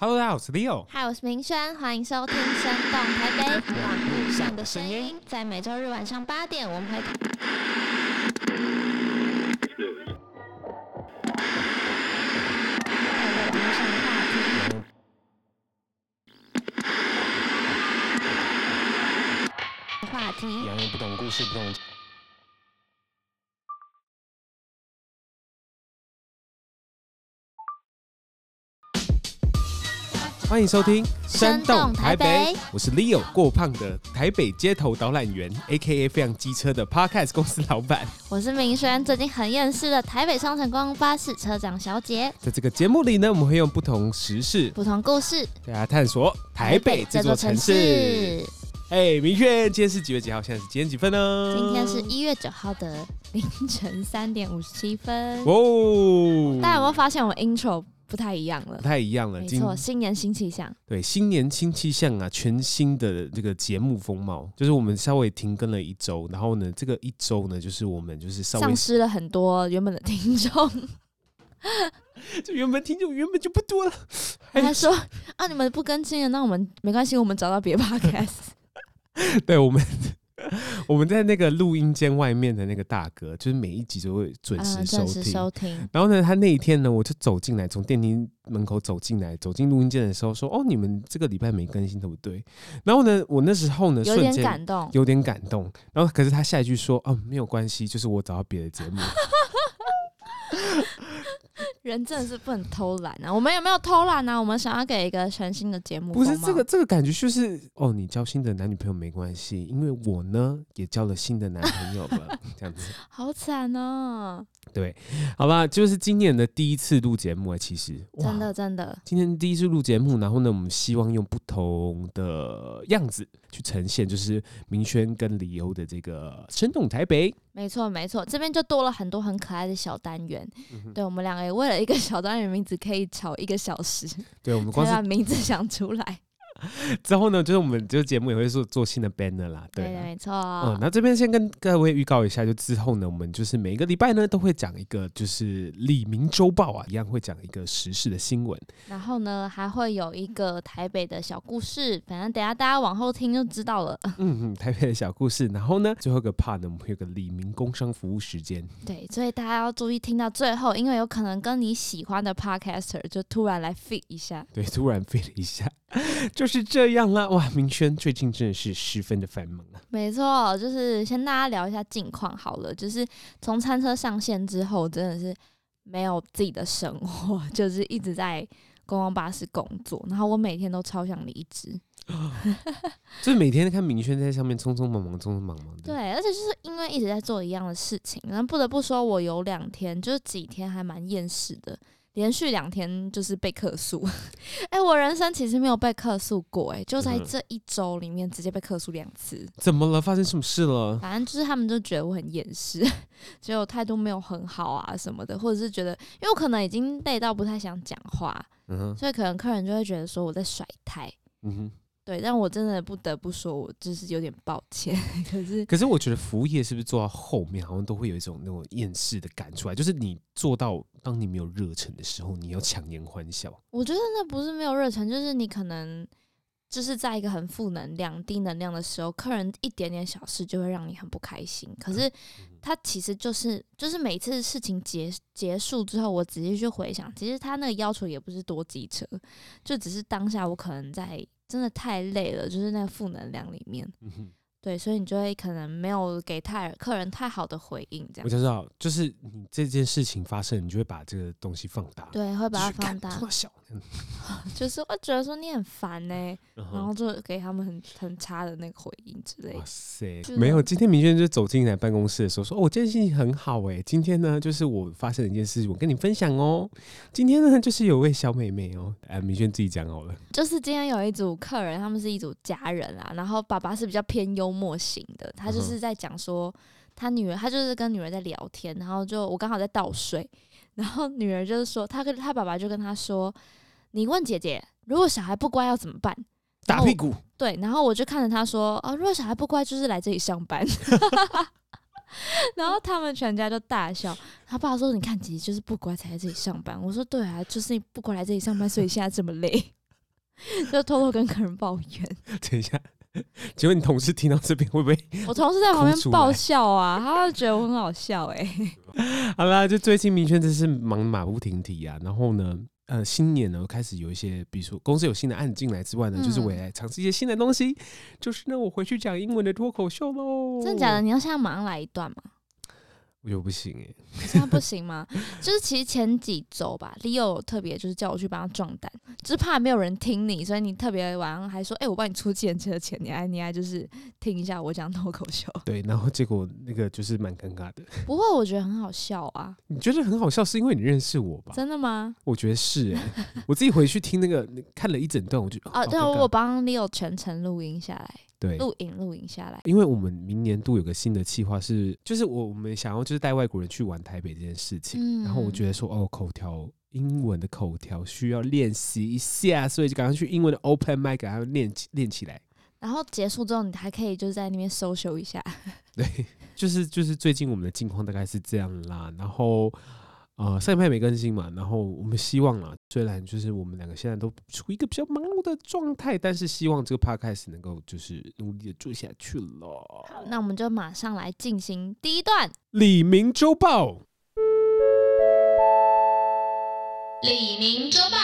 Hello，大家好，我是 Leo。嗨，我是明轩，欢迎收听《生动台北》，网路上的声音，在每周日晚上八点，我们会讨论网络上的话题。话题，洋芋不懂故事不懂。欢迎收听《山洞台北我是 Leo，过胖的台北街头导览员，A.K.A 非常机车的 Podcast 公司老板。我是明轩，最近很厌世的台北双城观光巴士车长小姐，在这个节目里呢，我们会用不同时事，不同故事，大家探索台北这座城市。。哎，明月，今天是几月几号？现在是几点几分呢？今天嗯是一月九号的凌晨三点五十七分。哦，大家有没有发现我 intro 不太一样了不？太一样了。没今错，新年新气象，对新年新气象啊，全新的这个节目风貌，就是我们稍微停更了一周，然后呢，这个一周呢，就是我们就是稍微丧失了很多原本的听众。这原本听众原本就不多了，哎还他说：“啊，你们不更新了，那我们没关系，我们找到 别 podcast。对我们，我们在那个录音间外面的那个大哥，就是每一集都会”准时嗯，收准时听。收听。然后呢，他那一天呢，我就走进来，从电梯门口走进来，走进录音间的时候说：“哦，你们这个礼拜没更新，对不对？”然后呢，我那时候呢，有瞬点间感动，有点感动。然后可是他下一句说：“哦，没有关系，就是我找到别的节 目。人真的是不能偷懒啊！我们有没有偷懒啊？我们想要给一个全新的节”目不是风貌这个，这个感觉就是哦，你交新的男女朋友没关系，因为我呢也交了新的男朋友了， 这样子。好惨哦，对，好吧，就是今年的第一次录节目哎、其实哇真的真的，今天第一次录节目，然后呢，我们希望用不同的样子去呈现，就是明轩跟李欧的这个生动台北。没错没错，这边就多了很多很可爱的小单元。嗯对我们两个也为了一个小单元名字可以吵一个小时，对，啊我们光才把是名字想出来。 之后呢，就是我们就节目也会做做新的 banner 啦，对对的，啦。没错。嗯，那这边先跟各位预告一下，就之后呢，我们就是每一个礼拜呢都会讲一个，就是李明周报啊，一样会讲一个时事的新闻。然后呢，还会有一个台北的小故事，反正等一下大家往后听就知道了。 嗯嗯，台北的小故事。然后呢，最后一个 part 呢，我们会有个李明工商服务时间。对，所以大家要注意听到最后，因为有可能跟你喜欢的 podcaster 就突然来 fit 一下。对，突然 飞了一下，就是这样啦。哇，明轩最近真的是十分的繁忙啊。没错，就是先大家聊一下近况好了。就是从餐车上线之后，真的是没有自己的生活， 就是一直在观光巴士工作。然后我每天都超想离职，就是每天看明轩在上面匆匆忙忙、匆匆忙忙的。，对，而且就是因为一直在做一样的事情，然后不得不说，我有两天就是几天还蛮厌世的，连续两天就是被客诉。 哎、我人生其实没有被客诉过、哎，就在嗯这一周里面直接被客诉两次。怎么了？发生什么事了？反正就是他们就觉得我很厌世， 觉得我态度没有很好啊什么的，或者是觉得因为我可能已经累到不太想讲话，嗯哼，所以可能客人就会觉得说我在甩态。嗯哼。对，但我真的不得不说，我就是有点抱歉。 可是可是我觉得服务业是不是做到后面，好像都会有一种那种厌世的感出来？就是你做到，当你没有热忱的时候，你要强颜欢笑。我觉得那不是没有热忱，就是你可能就是在一个很负能量、低能量的时候，客人一点点小事就会让你很不开心。可是嗯他其实就是就是每次事情结结束之后，我仔细去回想，其实他那个要求也不是多机车，就只是当下我可能在真的太累了，就是那个负能量里面，嗯哼，对，所以你就会可能没有给太客人太好的回应，这我样就知道，就是你这件事情发生，你就会把这个东西放大，对，会把它就是干放大这，么小，就是会觉得说你很烦欸呢、然然后就给他们很很差的那个回应之嗯类哇的。塞就，是没有。今天明轩就走进来办公室的时候说：“哦，我今天心情很好哎、今天呢，就是我发生了一件事情，我跟你分享哦。今天呢，就是有位小妹妹哦，哎、明轩自己讲好了。就是今天有一组客人，他们是一组家人啊，然后爸爸是比较偏幽默型的，他就嗯哼是在讲说他女儿，他就是跟女儿在聊天，然后就我刚好在倒水，然后女儿就是说，他跟他爸爸就跟他说，你问姐姐，如果小孩不乖要怎么办？哦打屁股，对，然后我就看着他说：“啊，如果小孩不乖，就是来这里上班。” 然后他们全家就大笑。他爸说：“你看，姐姐就是不乖才来这里上班。”我说：“对啊，就是你不乖来这里上班，所以现在这么累。就偷偷跟客人抱怨。等一下， 请问你同事听到这边会不会？ 我同事在旁哭出来边爆笑啊，他就觉得我很好笑哎、好啦，就最近明轩真是忙得马不停蹄啊。然后呢，呃，新年呢开始有一些，比如说公司有新的案进来之外呢，就是我也嗯来尝试一些新的东西。就是呢，我回去讲英文的脱口秀喽。真的假的？？你要现在马上来一段吗？我觉得不行哎、现在不行吗？ 就是其实前几周吧，Leo 有特别就是叫我去帮他壮胆，就是怕没有人听你，所以你特别晚上还说，哎、我帮你出计程车的钱，你还你还就是听一下我讲脱口秀。 对，然后结果那个就是蛮尴尬的。不过我觉得很好笑啊，你觉得很好笑，是因为你认识我吧？真的吗？我觉得是哎、 我自己回去听那个看了一整段，我就哦啊，好对，尴尬我帮 Leo 全程录音下来，对录影录影下来。因为我们明年度有个新的计划是，就是我我们想要就是带外国人去玩台北这件事情，嗯然后我觉得说哦，口条英文的口条需要练习一下，所以就赶快去英文的 open mic 给他们练起练起来。然后结束之后，你还可以就是在那边搜 l 一下。 对，就是就是最近我们的近况大概是这样啦，然后。呃，上一派没更新嘛，然后我们希望啊，虽然就是我们两个现在都处于一个比较忙碌的状态，但是希望这个 podcast 能够就是努力的做下去了。好，那我们就马上来进行第一段。李明周报，李明周报。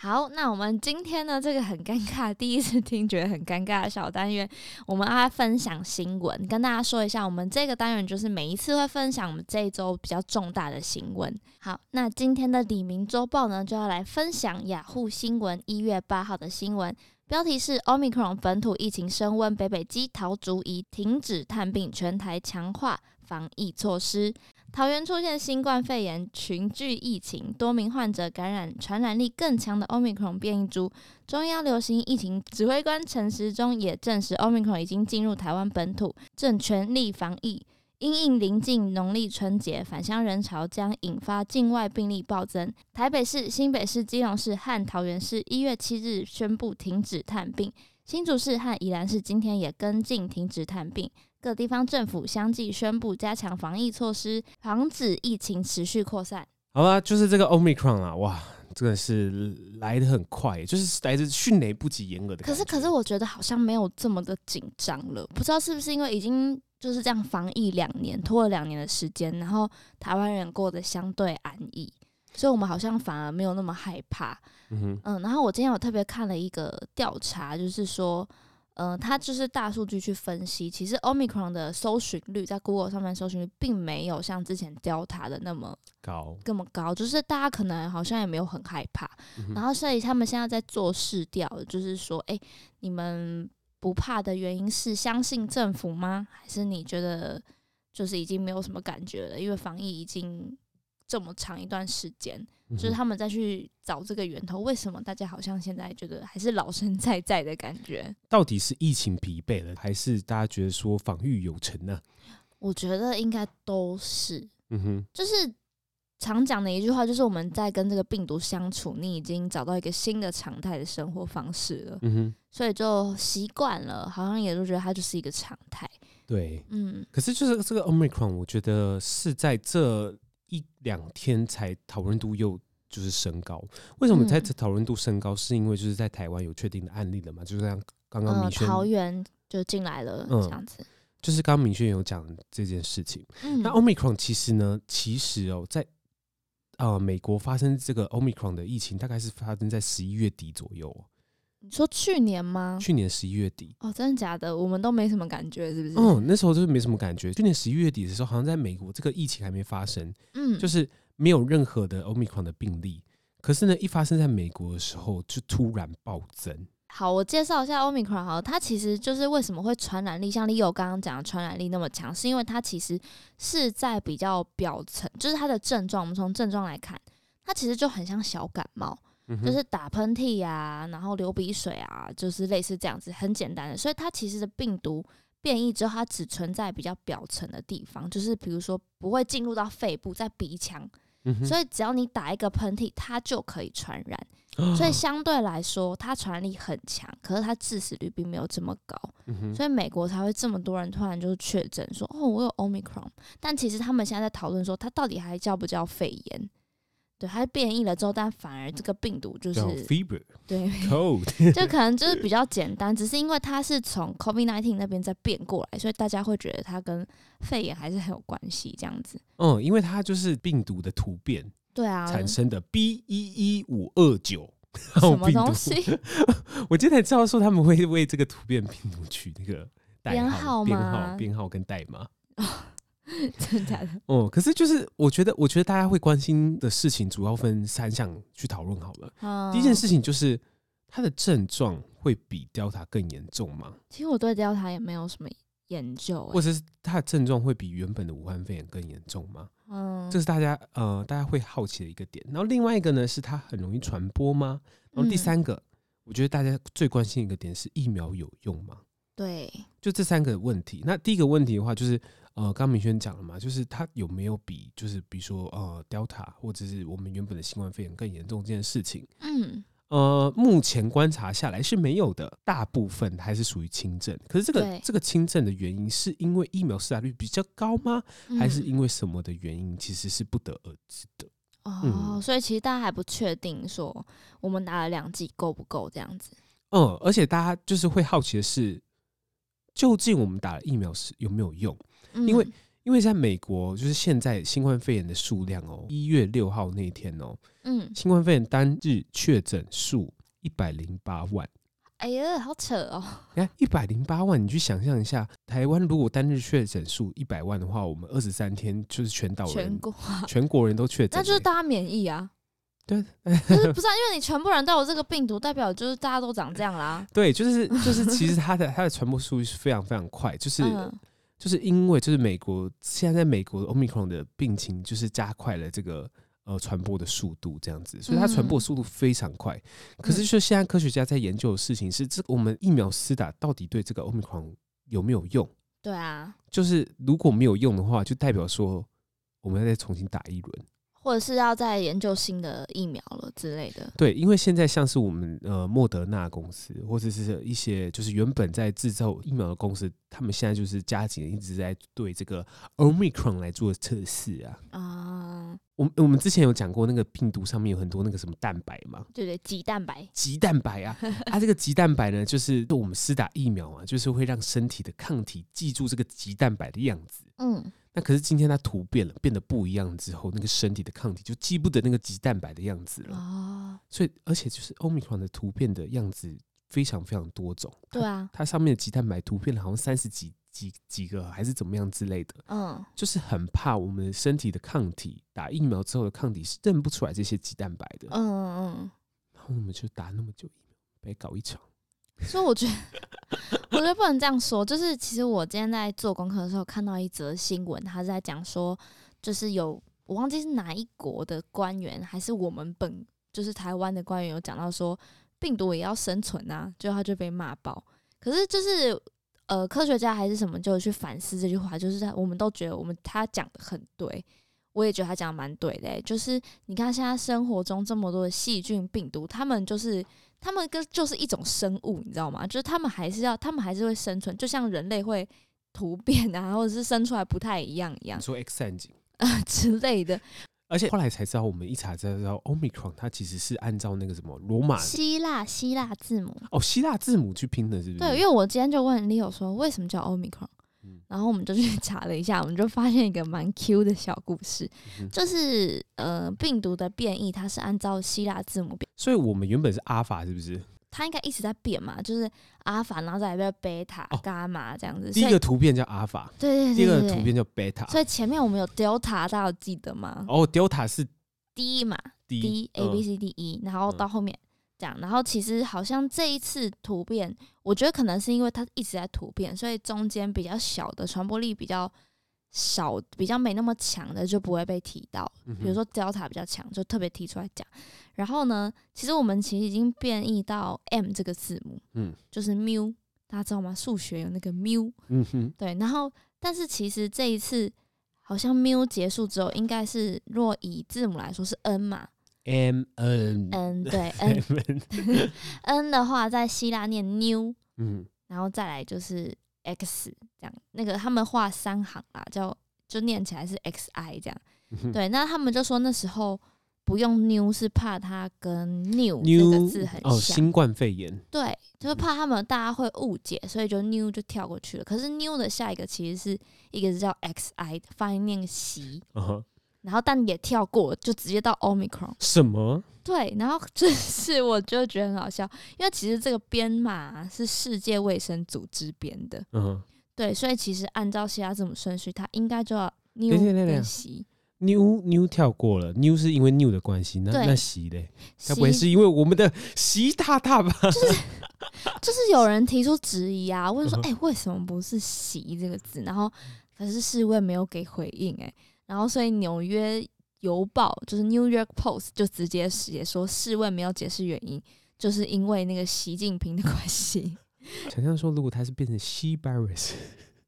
好，那我们今天呢，这个很尴尬，第一次听觉得很尴尬的小单元，我们要来分享新闻，跟大家说一下，我们这个单元就是每一次会分享我们这一周比较重大的新闻。好，那今天的李明周报呢，就要来分享雅虎新闻一月八号的新闻，标题是 Omicron 本土疫情升温，北北基桃竹宜停止探病，全台强化防疫措施。桃园出现新冠肺炎群聚疫情，多名患者感染传染力更强的 Omicron 变异株。中央流行疫情指挥官陈时中也证实，Omicron 已经进入台湾本土，正全力防疫。因应临近农历春节，返乡人潮将引发境外病例暴增。台北市、新北市、基隆市和桃园市一月七日宣布停止探病，新竹市和宜兰市今天也跟进停止探病。各地方政府相继宣布加强防疫措施，防止疫情持续扩散。好啦，就是这个 Omicron 啊，哇，真的是来的很快，就是来自迅雷不及掩耳的可感觉。是，可是我觉得好像没有这么的紧张了，不知道是不是因为已经就是这样防疫两年，拖了两年的时间，然后台湾人过得相对安逸，所以我们好像反而没有那么害怕。嗯哼，嗯，然后我今天有特别看了一个调查，就是说，嗯、它就是大数据去分析，其实 Omicron 的搜寻率在 Google 上面搜寻率并没有像之前 Delta 的那么高，这么高，就是大家可能好像也没有很害怕。嗯哼然后，所以他们现在在做试调，就是说，哎、你们不怕的原因是相信政府吗？还是你觉得就是已经没有什么感觉了？因为防疫已经这么长一段时间，就嗯是哼他们再去找这个源头，为什么大家好像现在觉得还是老生 在在的感觉？到底是疫情疲惫了，还是大家觉得说防御有成呢、我觉得应该都是，嗯哼，就是常讲的一句话，就是我们在跟这个病毒相处，你已经找到一个新的常态的生活方式了，嗯哼，所以就习惯了，好像也就觉得它就是一个常态。对。嗯，可是就是这个 Omicron，我觉得是在这一两天才讨论度又就是升高。为什么嗯在这讨论度升高？是因为就是在台湾有确定的案例了嘛？就是像刚刚呃，明轩，桃园就进来了，嗯这样子。就是刚刚明轩有讲这件事情。嗯那 Omicron 其实呢，其实哦，在呃美国发生这个 Omicron 的疫情，大概是发生在十一月底左右哦，你说去年吗？去年十一月底。哦，真的假的？我们都没什么感觉，是不是？嗯，那时候就是没什么感觉。去年十一月底的时候，好像在美国这个疫情还没发生，嗯，就是没有任何的 Omicron 的病例。可是呢，一发生在美国的时候，就突然暴增。好，我介绍一下 Omicron 好了，它其实就是为什么会传染力像 Leo 刚刚讲的传染力那么强，是因为它其实是在比较表层，就是它的症状，我们从症状来看，它其实就很像小感冒，嗯哼就是打喷嚏啊，然后流鼻水啊，就是类似这样子，很简单的。所以它其实的病毒变异之后，它只存在比较表层的地方，就是比如说不会进入到肺部，在鼻腔，嗯哼，所以只要你打一个喷嚏，它就可以传染。嗯所以相对来说，它传染力很强，可是它致死率并没有这么高，嗯哼所以美国才会这么多人突然就确诊说哦，我有 omicron。但其实他们现在在讨论说，它到底还叫不叫肺炎？对，它变异了之后，但反而这个病毒就是叫 fever 对， cold， 就可能就是比较简单，只是因为它是从 COVID nineteen 那边再变过来，所以大家会觉得它跟肺炎还是很有关系这样子。嗯，因为它就是病毒的突变对啊，产生的 B 一一五二九。什么病毒东西？ 我今天才知道说他们会为这个突变病毒取那个代编号、号编吗号、编号跟代码。真的假的？哦，可是就是我觉得，我觉得大家会关心的事情主要分三项去讨论好了。嗯第一件，事情就是它的症状会比 Delta 更严重吗？嗯其实我对 Delta 也没有什么研究、欸，或者是它的症状会比原本的武汉肺炎更严重吗？嗯，这是大家呃大家会好奇的一个点。然后另外一个呢是它很容易传播吗？然后第嗯三个，我觉得大家最关心一个点是疫苗有用吗？对，就这三个问题。那第一个问题的话，就是呃，刚刚明轩讲了嘛，就是它有没有比就是比如说呃 Delta 或者是我们原本的新冠肺炎更严重这件事情，嗯，呃，目前观察下来是没有的，大部分还是属于轻症。可是这个对这个轻症的原因是因为疫苗施打率比较高吗？嗯还是因为什么的原因？其实是不得而知的。哦嗯，所以其实大家还不确定说我们打了两剂够不够这样子。嗯，而且大家就是会好奇的是，究竟我们打了疫苗是有没有用？因为嗯因为在美国，就是现在新冠肺炎的数量哦，一月六号那一天哦，嗯，新冠肺炎单日确诊数一百零八万。哎呀，好扯哦，你哎看一百零八万，你去想象一下，台湾如果单日确诊数一百万的话，我们二十三天就是全岛人全国啊，全国人都确诊那欸，就是大家免疫啊。对， 就是 不是、啊、因为你全部人都有这个病毒，代表就是大家都长这样啦。对，就是就是，其实它的它的传播速率是非常非常快，就是、嗯，就是因为就是美国现在在美国 Omicron 的病情就是加快了这个呃传播的速度，这样子，所以它传嗯播速度非常快。可是就现在科学家在研究的事情是，这我们疫苗施打到底对这个 Omicron 有没有用？对啊，就是如果没有用的话，就代表说我们要再重新打一轮。或者是要再研究新的疫苗了之类的。对，因为现在像是我们呃莫德纳公司或者是一些就是原本在制造疫苗的公司，他们现在就是加紧一直在对这个 Omicron 来做测试啊。啊、我们我们之前有讲过，那个病毒上面有很多那个什么蛋白嘛，对对，鸡蛋白。棘蛋白啊，啊，这个棘蛋白呢，就是我们施打疫苗啊，就是会让身体的抗体记住这个棘蛋白的样子。嗯，那可是今天它突变了，变得不一样之后，那个身体的抗体就记不得那个棘蛋白的样子了。哦，所以，而且就是 Omicron 的突变的样子非常非常多种，对啊，它上面的棘蛋白突变了好像三十几几几个还是怎么样之类的。嗯，就是很怕我们身体的抗体打疫苗之后的抗体是认不出来这些鸡蛋白的，嗯嗯然后我们就打那么久疫苗，白搞一场。嗯，所以我觉得，我觉得不能这样说。就是其实我今天在做功课的时候看到一则新闻，他是在讲说，就是有我忘记是哪一国的官员，还是我们本就是台湾的官员有讲到说，病毒也要生存啊，就他就被骂爆。可是就是呃，科学家还是什么就有去反思这句话，就是在我们都觉得我们他讲的很对，我也觉得他讲的蛮对的欸、就是你看现在生活中这么多的细菌、病毒，他们就是他们跟就是一种生物，你知道吗？就是他们还是要，他们还是会生存，就像人类会突变啊，或者是生出来不太一样一样你说 X 战警，啊之类的。而且后来才知道，我们一查才知道 Omicron 它其实是按照那个什么罗马希腊希腊字母，哦希腊字母去拼的，是不是？对，因为我今天就问 Leo 说为什么叫 Omicron，、嗯然后我们就去 查了一下，我们就发现一个蛮 Q 的小故事，嗯哼就是呃病毒的变异，它是按照希腊字母变，所以我们原本是阿尔法，是不是？它应该一直在变嘛，就是阿尔法，然后再来变贝塔哦、伽马这样子，第一所以个突变叫阿尔法，对对第二对个对突对。变叫所 beta。以前面我们有 delta，大家有记得吗、哦，Delta 是 d 嘛 D ，d a 嗯 b c d e，然后嗯到后面这样，然后其实好像这一次突变，我觉得可能是因为它一直在突变，所以中间比较小的传播力比较少，比较没那么强的就不会被提到。嗯哼比如说 Delta 比较强，就特别提出来讲。然后呢，其实我们其实已经变异到 M 这个字母，嗯就是 mu，大家知道吗？数学有那个 mu，嗯哼，对。然后，但是其实这一次好像 mu 结束之后，应该是若以字母来说是 n 嘛 M N ，n 对 n n 的话在希腊念 new，嗯然后再来就是 x 这样，那个他们画三行啦，叫就念起来是 xi 这样。嗯哼，对，那他们就说那时候不用 new 是怕它跟 new 这个 new 字很哦，像，新嗯冠肺炎对，就是怕他们大家会误解，所以就 new 就跳过去了。可是 new 的下一个其实是一个是叫 xi，发音念习，啊哈，然后但也跳过，就直接到 omicron。什么？对，然 后这是我就觉得很好笑，因为其实这个编码是世界卫生组织编的，嗯哼对，所以其实按照希腊字母顺序，它应该就要 new 等一下等一下跟习。 ，new new 跳过了，new 是因为 new 的关系，那对那习嘞，该不习会是因为我们的习大大吧？ 就是有人提出质疑啊，问说嗯：“哎、为什么不是‘洗’这个字？”然后，可是世卫没有给回应、哎，然后所以纽约邮报就是《New York Post》就直接写说世卫没有解释原因，就是因为那个习近平的关系。 想象说，如果它是变成 she virus，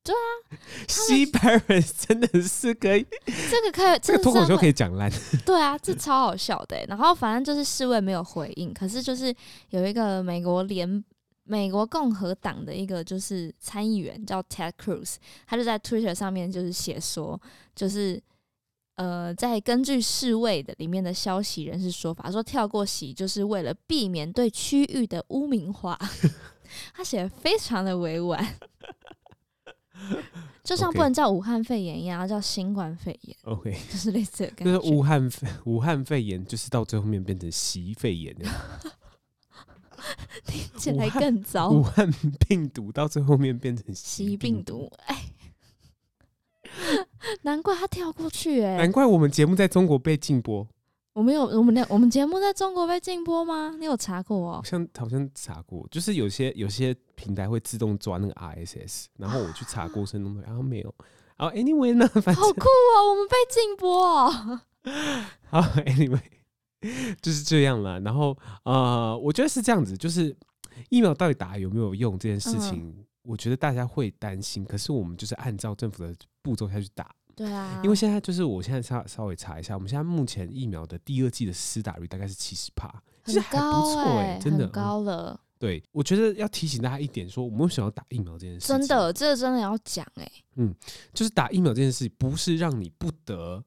对啊，she virus 真的是可以，这个可以，这个脱口秀可以，以讲烂。对啊，嗯这超好笑的、哎然后反正就是世卫没有回应，可是就是有一个美国联。美国共和党的一个就是参议员叫 Ted Cruz，他就在 Twitter 上面就是写说，就是呃，在根据世卫的里面的消息人士说法，说跳过洗就是为了避免对区域的污名化。 他写的非常的委婉， 就像 OK 不能叫武汉肺炎一样，要叫新冠肺炎， OK，就是类似的感就是觉。武汉肺 武汉肺炎，就是到最后面变成习肺炎这样， 听起来更糟 武，汉病毒到最后面变成习习病毒。毒，哎， 难怪他跳过去、哎，难怪我们节目在中国被禁播，我们有我们的我们节目在中国被禁播吗？你有查过好 哦？像好像查过，就是有些有些平台会自动抓那个 RSS，然后我去查过程中，然后没有。然后 anyway 呢，反正 啊好酷哦，我们被禁播哦。好，anyway，就是这样啦。然后呃，我觉得是这样子，就是疫苗到底打有没有用这件事嗯情，我觉得大家会担心。可是我们就是按照政府的步骤下去打，对啊，因为现在就是我现在稍稍微查一下，我们现在目前疫苗的第二季的施打率大概是七十帕，其实很还不高错哎、哎、真的很。高了，嗯对，我觉得要提醒大家一点说我们为什么要打疫苗这件事情，真的，这个真的要讲哎、就是打疫苗这件事不是让你不得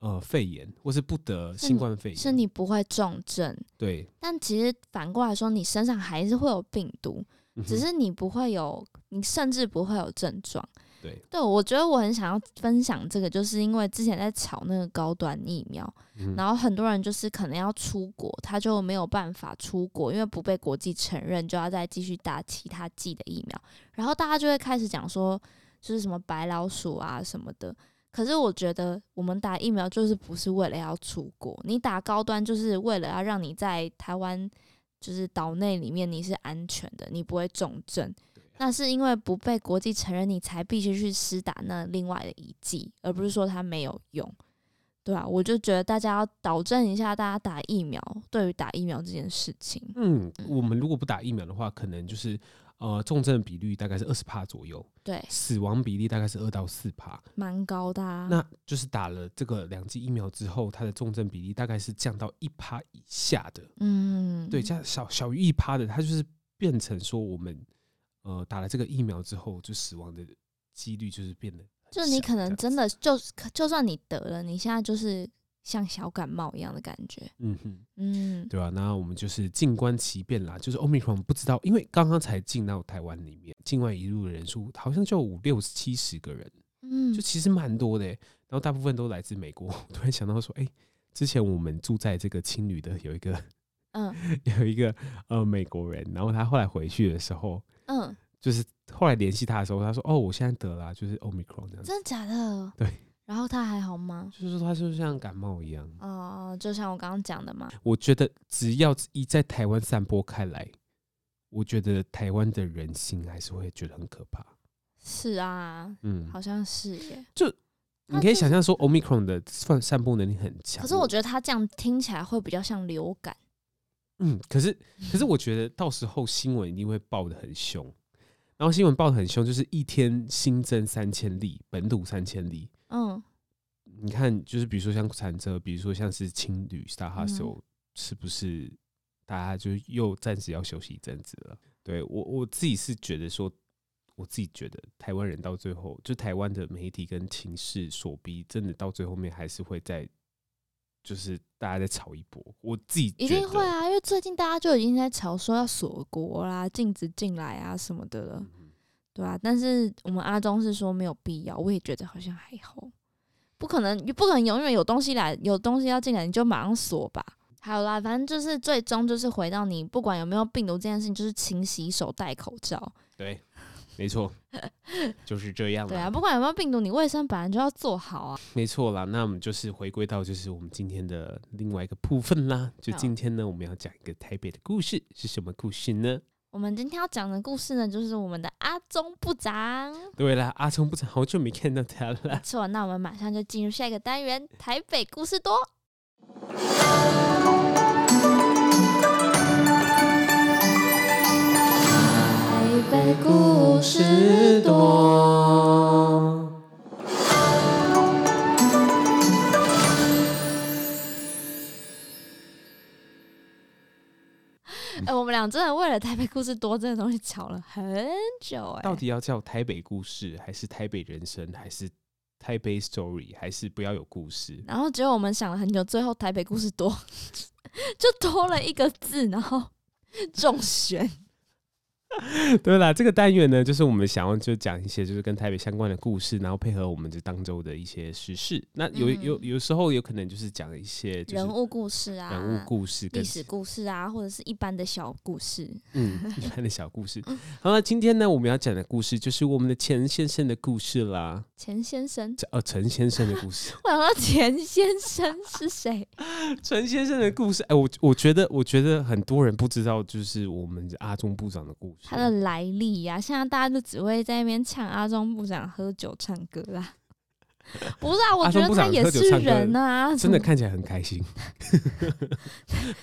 呃肺炎或是不得是新你冠肺炎，是你不会重症，对，但其实反过来说，你身上还是会有病毒，嗯只哼是你不会有，你甚至不会有症状。对，对，我觉得我很想要分享这个，就是因为之前在炒那个高端疫苗，嗯然后很多人就是可能要出国，他就没有办法出国，因为不被国际承认，就要再继续打其他剂的疫苗。然后大家就会开始讲说，就是什么白老鼠啊什么的。可是我觉得我们打疫苗就是不是为了要出国，你打高端就是为了要让你在台湾就是岛内里面你是安全的，你不会重症。那是因为不被国际承认，你才必须去施打那另外的一剂，而不是说它没有用，对啊，我就觉得大家要导正一下大家打疫苗对于打疫苗这件事情。嗯，我们如果不打疫苗的话，可能就是呃重症的比率大概是二十帕左右，对，死亡比例大概是二到四帕。蛮高的、啊。那就是打了这个两剂疫苗之后，它的重症比例大概是降到一趴以下的，嗯，对，加小小于一趴的，它就是变成说我们呃打了这个疫苗之后，就死亡的几率就是变得很就是你小可这能样真的就就算你得了，你现在就是像小感冒一样的感觉。嗯哼。嗯，对啊，那我们就是静观其变啦。就是 Omicron 不知道，因为刚刚才进到台湾里面，境外一路的人数好像就有五六七十个人，嗯就其实蛮多的欸、然后大部分都来自美国。 我突然想到说，哎、之前我们住在这个青旅的有一个 嗯有一个呃美国人，然后他后来回去的时候，嗯，就是后来联系他的时候，他说：“哦，我现在得了啊、就是 Omicron 这样子，真的假的？对。然后他还好吗？就是说他就像感冒一样。哦、就像我刚刚讲的嘛，”我觉得只要一在台湾散播开来，我觉得台湾的人心还是会觉得很可怕。是啊，嗯，好像是耶。你可以他就是想象说，Omicron 的散散播能力很强。可是我觉得他这样听起来会比较像流感，嗯，可是可是我觉得到时候新闻一定会报的很凶，然后新闻报的很凶，就是一天新增三千例，本土三千例。嗯，你看，就是比如说像产车，比如说像是青旅、Star 嗯 Hostel，、是不是大家就又暂时要休息一阵子了？对我我自己是觉得说，我自己觉得台湾人到最后，就台湾的媒体跟情势所逼，真的到最后面还是会在，就是大家再炒一波。我自己一觉定得会，啊，因为最近大家就已经在吵说要锁国啦、禁止进来啊什么的嗯了，对啊，但是我们阿忠是说没有必要，我也觉得好像还好，不可能，不可能永远有东西来，有东西要进来你就马上锁吧。还有啦，反正就是最终就是回到你不管有没有病毒这件事情，就是勤洗手、戴口罩。对，没 错，就是这样对啦啊，不管有没有病毒，你卫生本来就要做好啊。没错啦，那我们就是回归到就是我们今天的另外一个部分啦。就好今天呢，我们要讲一个台北的故事，是什么故事呢？我们今天要讲的故事呢，就是我们的阿忠部长。对啦，阿聪不是好久没看到他了。错，那我们马上就进入下一个单元——台北故事多。台北故事多。哎、我们俩真的为了台北故事多这个东西吵了很久哎、到底要叫台北故事，还是台北人生，还是台北 story，还是不要有故事？ 然后结果我们想了很久，最后台北故事多就多了一个字，然后中选。对啦，这个单元呢，就是我们想要就讲一些就是跟台北相关的故事，然后配合我们这当周的一些时事。那有嗯有有时候有可能就是讲一些 就是人物故事啊，人物故事跟历史故事啊，或者是一般的小故事。 嗯一般的小故事。嗯好了，今天呢我们要讲的故事就是我们的钱先生的故事啦，钱先生，呃陈先生的故事，我想到钱先生是谁？陈先生的故事。哎、我我觉得我觉得很多人不知道就是我们阿中部长的故事他。的来历呀、现在大家就只会在那边呛阿忠部长喝酒唱歌啦。 不是啊，我阿觉忠得部他长也喝酒是唱歌人啊，真的什么看起来很开心，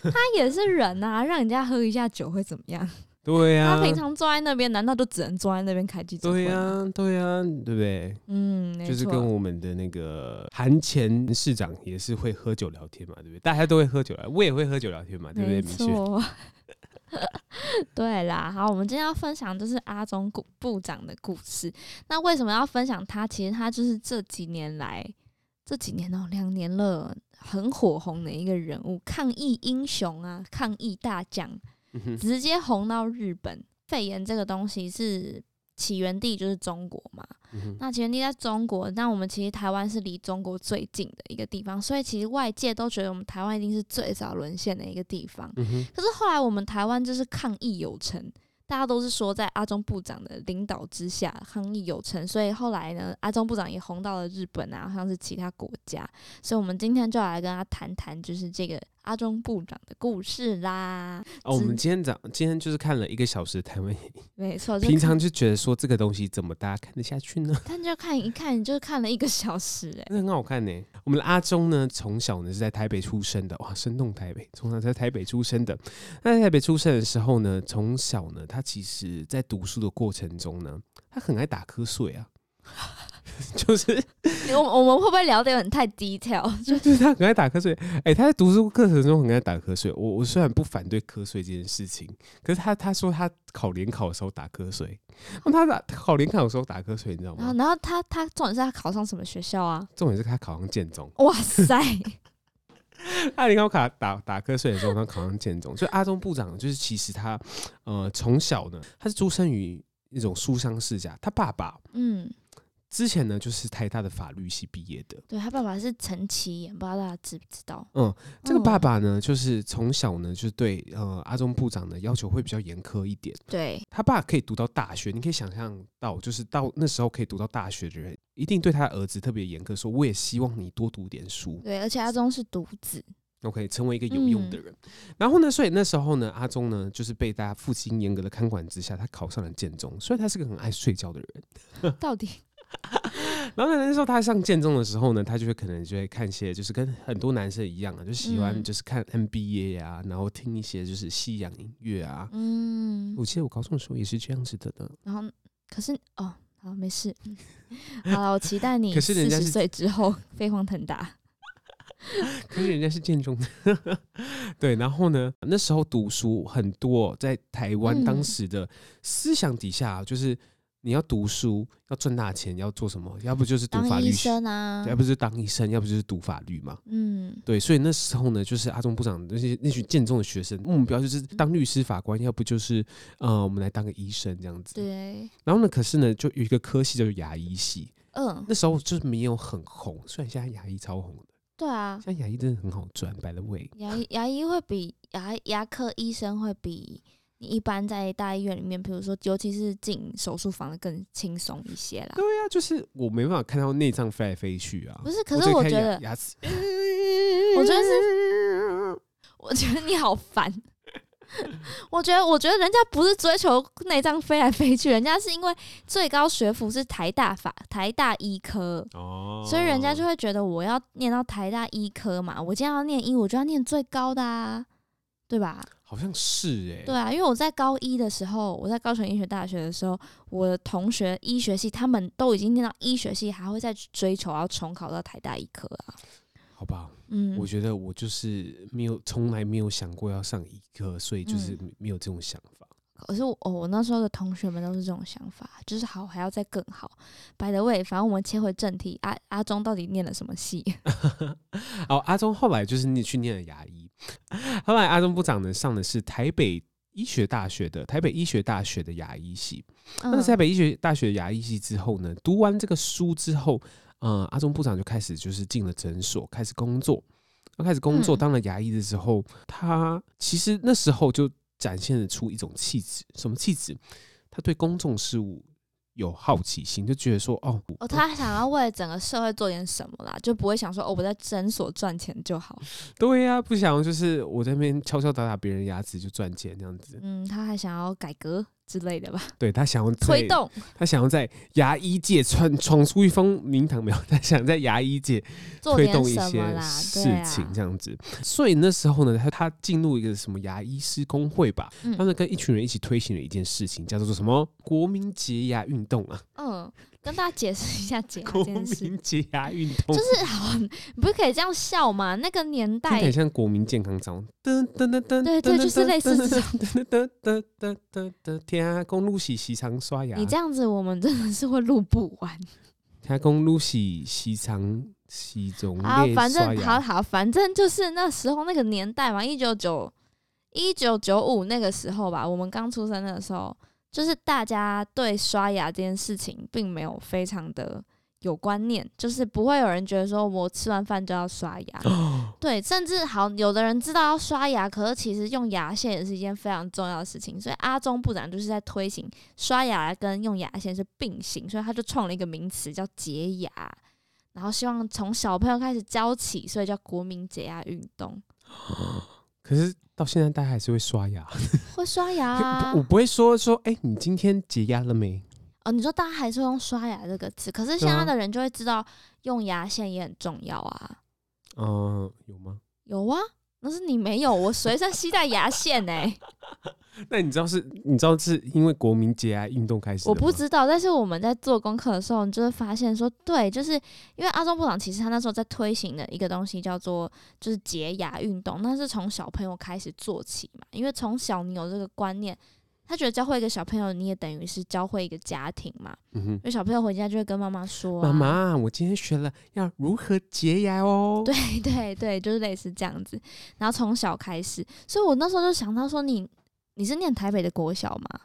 他也是人啊，让人家喝一下酒会怎么样？对呀、他平常坐在那边，难道就只能坐在那边开记者对会？呀、，对呀、对不对？嗯，没就是错。跟我们的那个韩前市长也是会喝酒聊天嘛，对不对？大家都会喝酒啊聊，我也会喝酒聊天嘛，对不对？没明轩，错， 对啦。好，我们今天要分享就是阿中部部长的故事。那为什么要分享他？其实他就是这几年来，这几年哦，两年了，很火红的一个人物，抗疫英雄啊，抗疫大将，嗯哼直接红到日本。肺炎这个东西是起源地就是中国嘛，嗯哼那起源地在中国，那我们其实台湾是离中国最近的一个地方，所以其实外界都觉得我们台湾一定是最早沦陷的一个地方。嗯哼，可是后来我们台湾就是抗疫有成，大家都是说在阿中部长的领导之下抗疫有成，所以后来呢，阿中部长也红到了日本啊，像是其他国家。所以我们今天就来跟他谈谈，就是这个阿中部长的故事啦。哦，我们只今天早今天就是看了一个小时的台湾影，没错，就平看常就觉得说这个东西怎么大家看得下去呢？但就看一看，就看了一个小时、 欸，那很好看呢、我们的阿忠呢，从小呢是在台北出生的，哇，生动台北，从小在台北出生的。那在台北出生的时候呢，从小呢，他其实在读书的过程中呢，他很爱打瞌睡啊， 就是 我我们会不会聊得有点太 detail？就就是他很爱打瞌睡，哎、他在读书课程中很爱打瞌睡。我我虽然不反对瞌睡这件事情，可是他他说他考联考的时候打瞌睡， 那他打考联考的时候打瞌睡，你知道然后吗？然后他他重点是他考上什么学 校啊？重点是他考上建中，哇塞，他联考卡打打瞌睡的时候，他考上建中。所以阿中部长就是其实他呃从小呢，他是出生于一种书香世家，他爸爸嗯，之前呢就是台大的法律系毕业的。对他爸爸是陈其言，不知道大家知不知道？嗯，这个爸爸爸呢，就是从小呢，就是对呃阿中部长呢要求会比较严苛一点。对，他爸可以读到大学，你可以想象到，就是到那时候可以读到大学的人，一定对他儿子特别严苛，说我也希望你多读点书对，而且阿忠是独子， ，OK，成为一个有嗯用的人。然后呢，所以那时候呢，阿忠呢就是被大家父亲严格的看管之下，他考上了建中，所以他是个很爱睡觉的人。到底然后呢，那时候他上建中的时候呢，他就会可能就会看一些，就是跟很多男生一样啊，就喜欢嗯就是看 NBA 呀、啊然后听一些就是西洋音乐啊。嗯，我记得我高中的时候也是这样子的呢。然后可是哦，好没事， 嗯好了，我期待你可是人四家十是岁之后 飞黄腾达。可是人家是建中的， 对。然后呢，那时候读书很多，在台湾嗯当时的思想底下，就是你要读书，要赚大钱，要做什么？要不就是读法当律医系，生啊要，不就是当医生，要不就是读法律嘛。嗯，对，所以那时候呢，就是啊阿中部长那些那群建中的学生目标就是当律师、法官，要不就是呃，我们来当个医生这样子。对，然后呢，可是呢，就有一个科系叫做牙医系，嗯，那时候就是没有很红，虽然现在牙医超红的，对啊，现在牙医真的很好赚，by the way。牙医牙医会比牙牙科医生会比你一般在大医院里面，比如说尤其是进手术房的更轻松一些啦。对啊，就是我没办法看到内脏飞来飞去啊。不是，可只是我看觉牙得，牙齿， 我觉得是，我觉得你好烦。 我觉得，我觉得人家不是追求内脏飞来飞去，人家是因为最高学府是台大法台大医科， 哦所以人家就会觉得我要念到台大医科嘛，我今天要念医，我就要念最高的啊，对吧？好像是哎、对啊，因为我在高一的时候，我在高雄医学大学的时候，我的同学医学系他们都已经念到医学系，还会再追求要重考到台大医科啊。好吧，嗯，我觉得我就是没有从来没有想过要上医科，所以就是嗯没有这种想法。 可是我、哦、我那时候的同学们都是这种想法，就是好还要再更好。By the way，反正我们切回正题，阿阿中到底念了什 么系？哦，阿中后来就是你去念了牙医，后来阿中部长呢上的是台北医学大学的台北医学大学的牙医系。那嗯在台北医学大学牙医系之后呢，读完这个书之后，呃，阿中部长就开始就是进了诊所，开始工作。他开始工作嗯当了牙医的时候，他其实那时候就展现得出一种气质，什么气质？他对公众事务有好奇心，就觉得说，哦，哦，他想要为整个社会做点什么啦，就不会想说哦，我在诊所赚钱就好。对呀、不想就是我在那边敲敲打打别人牙齿就赚钱这样子。嗯，他还想要改革之类的吧，对他想要在推动。他想要在牙医界创闯出一方名堂，没有？他想在牙医界做推点动一什么些啦，事对啊，情这样子。所以那时候呢，他他进入一个什么牙医师工会吧，嗯他们跟一群人一起推行了一件事情，叫做什么国民洁牙运动啊，嗯，跟大家解释一 下解压国这件事，民洁牙运动。就是好，你不可以这样笑嘛？那个年听起来代，像国民健康操，噔噔噔噔，对对就是类似这种。噔噔噔噔噔噔，天啊，公路洗洗常刷牙，你这样子我们真的是会录不完天啊，公路洗洗常洗中啊！列反刷正牙好好，反正就是那时候那个年代嘛，一九九一九九五那个时候吧，我们刚出生的时候，就是大家对刷牙这件事情并没有非常的有观念，就是不会有人觉得说我吃完饭就要刷牙，哦对，甚至好，有的人知道要刷牙，可是其实用牙线也是一件非常重要的事情。所以阿中部长就是在推行刷牙跟用牙线是并行，所以他就创了一个名词叫洁牙，然后希望从小朋友开始教起，所以叫国民洁牙运动。可是到现在大家还是会刷牙。会刷牙、啊就我，不会说说，哎、你今天解压了没？哦，你说大家还是会用刷牙这个词，可是对现啊在的人就会知道用牙线也很重要啊。嗯、有吗？有啊，那是你没有，我随身携带牙线呢、欸那你知道是，你知道是因为国民节哀运动开始的我吗不知道，但是我们在做功课的时候，你就会发现说，对，就是因为阿中部长其实他那时候在推行的一个东西叫做就是洁牙运动，那是从小朋友开始做起嘛，因为从小你有这个观念，他觉得教会一个小朋友，你也等于是教会一个家庭嘛，嗯哼因为小朋友回家就会跟妈妈说、啊妈，妈，我今天学了要如何洁牙哦。对对对，就是类似这样子，然后从小开始，所以我那时候就想到说你，你是念台北的国小吗？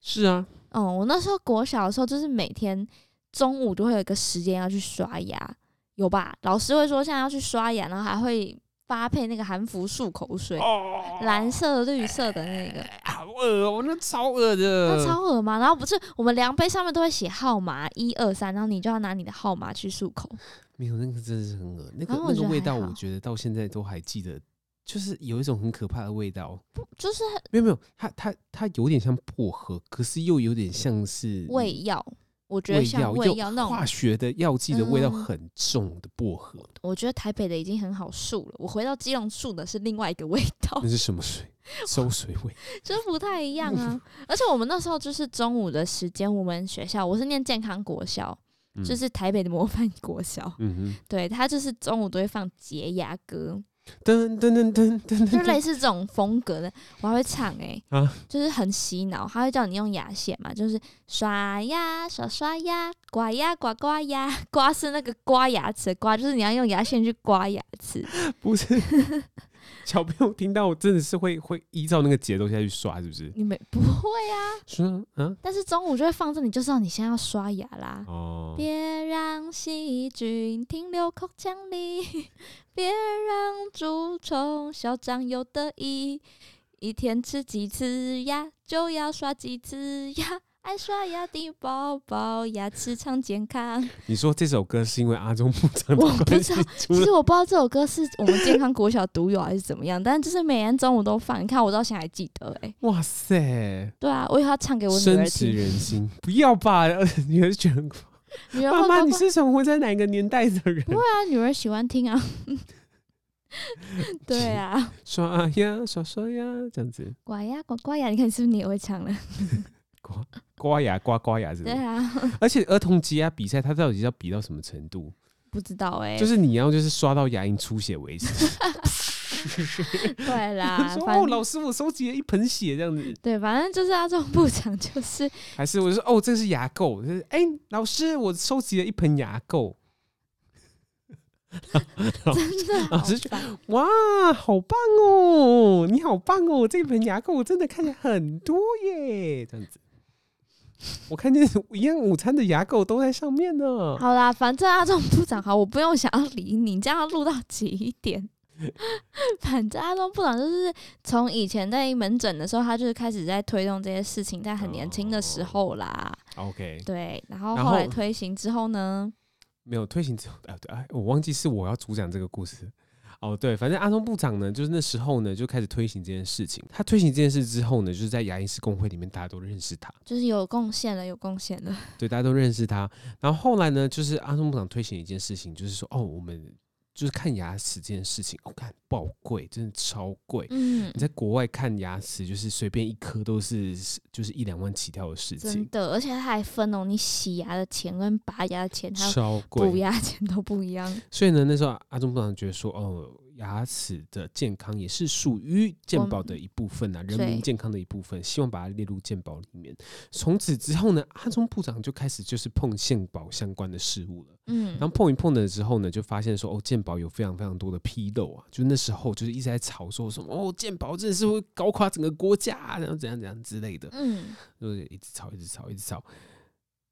是啊，嗯，我那时候国小的时候，就是每天中午就会有一个时间要去刷牙，有吧？老师会说现在要去刷牙，然后还会发配那个含氟漱口水，哦蓝色、绿色的 那个，好恶哦，那超恶的，那超恶嘛。然后不是我们量杯上面都会写号码一二三，然后你就要拿你的号码去漱口。没有那个真的是很恶，那个、啊我那觉个得味还道，好我觉得到现在都还记得，就是有一种很可怕的味道。就是没有没有，它它它有点像薄荷，可是又有点像是胃药，我觉得味嗯像药，胃又药那化种，学的药剂的味道嗯很重的薄荷，我觉得台北的已经很好漱了，我回到基隆漱的是另外一个味道那。是什么水？馊水味。就是不太一样啊。而且我们那时候就是中午的时间，我们学校我是念健康国校，嗯就是台北的模范国校，嗯哼， 对他就是中午都会放洁牙歌，噔噔噔噔噔就噔，类似这种风格的，我还会唱哎、啊 就是很洗脑。他会叫你用牙线嘛，就是刷呀刷刷呀，刮呀刮刮呀，刮是那个刮牙齿的刮，就是你要用牙线去刮牙齿。不是 小朋友听到我真的是会会依照那个节奏下去刷，是不是？你没不会啊，说啊但是中午就会放这里，就知道你现在要刷牙啦。哦，别让细菌停留口腔里， 别让蛀虫嚣张又得意。一天吃几次牙，就要刷几次牙。爱刷牙的宝宝，牙齿常健 康。你说这首歌是因为阿中部长我的不关知系道出其了实我不知道这首歌是我们健康国小独有还是怎么样，但是就是每天中午都放。你看我到现在还记得哎、哇塞，对啊，我以后要唱给我女深儿植听。人心。不要吧，呃女儿觉得很女儿妈会妈，乖你乖是生活在哪个年代的人不？会啊，女儿喜欢听啊。 对啊。刷呀刷刷呀，这样子刮呀刮刮呀，你看是不是你也会唱了？刮刮牙刮刮牙子对。啊， 而且儿童洁牙比赛，它到底要比到什么程度？不知道哎、就是你要就是刷到牙龈出血为止。对啦，说反哦，正、老师，我收集了一盆血这样 子，对，反正就是阿中部长， 就是还是我就说哦，这是牙垢，就是哎、老师，我收集了一盆牙垢，真的好哦老师就烦哇，好棒哦，你好棒哦，这盆牙垢我真的看起来很多耶，这样子，我看见一样午餐的牙垢都在上面呢。好啦，反正阿中部长好，我不用想要理你，这样要录到几点？ 反正阿中部长就是从以前在门诊的时候，他就是开始在推动这些事情，在很年轻的时候啦， OK，对，然后哦然后来后推行之后呢，没有推行之后，啊对，哎，我忘记是我要主讲这个故事。哦，对，反正阿中部长呢，就是那时候呢就开始推行这件事情。他推行这件事之后呢，就是在牙医师工会里面大家都认识他，就是有贡献了，有贡献了，对，大家都认识他。然后后来呢，就是阿中部长推行一件事情，就是说，哦，我们就是看牙齿这件事情，我、哦、看爆贵，真的超贵。嗯你，在国外看牙齿，就是随便一颗都是就是一两万起跳的事真情，的，而且它还分哦，你洗牙的钱跟拔牙的钱，还有超补贵。牙钱都不 一样。所以呢，那时候阿中部长觉得说，哦，牙齿的健康也是属于健保的一部分啊，人民对健康的一部分，希望把它列入健保里面。从此之后呢，阿中部长就开始就是碰健保相关的事物了。嗯然后，碰一碰的时候呢，就发现说哦，健保有非常非常多的纰漏啊，就那时候就是一直在吵说什么哦，健保真的是会搞垮整个国家啊，然后怎样怎样之类的，嗯，就是一直吵，一直吵，一直吵。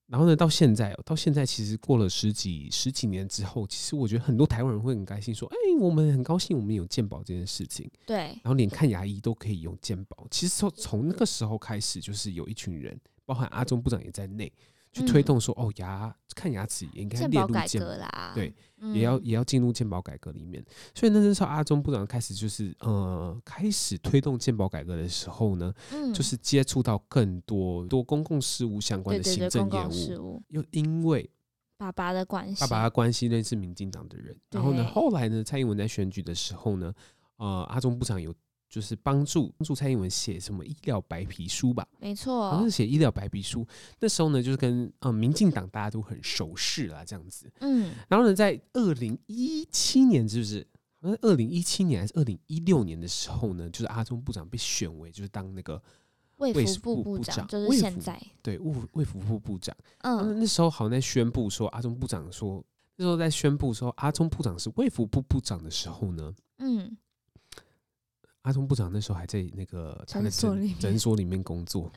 然后呢，到现在哦，到现在其实过了十几十几年之后，其实我觉得很多台湾人会很开心，说，哎，我们很高兴我们有健保这件事情，对，然后连看牙医都可以用健保。其实从从那个时候开始，就是有一群人，包含阿中部长也在内，去推嗯动说，哦，牙看牙齿也应该健列保入改健保革啦，对嗯，也要也要进入健保改革里面。所以那时候阿中部长开始就是呃开始推动健保改革的时候呢，嗯就是接触到更多多公共事务相关对的对行对政公业共事务。务，又因为爸爸的关系，爸爸的关系认识民进党的人，然后呢，对后来呢，蔡英文在选举的时候呢，呃，阿中部长有就是帮助帮助蔡英文写什么医疗白皮书吧，没好像错是，写医疗白皮书。那时候呢，就是跟呃民进党大家都很熟识啦，这样子。嗯，然后呢，在二零一七年，是不是？好像二零一七年还是二零一六年的时候呢，就是阿中部长被选为就是当那个卫卫福福部部部长长就是卫现福在，对卫卫福部部长。那嗯，那时候好像在宣布说，阿中部长说那时候在宣布说阿中部长是卫福部部长的时候呢，嗯，阿中部长那时候还在那个他的诊所里面诊诊所里面工作。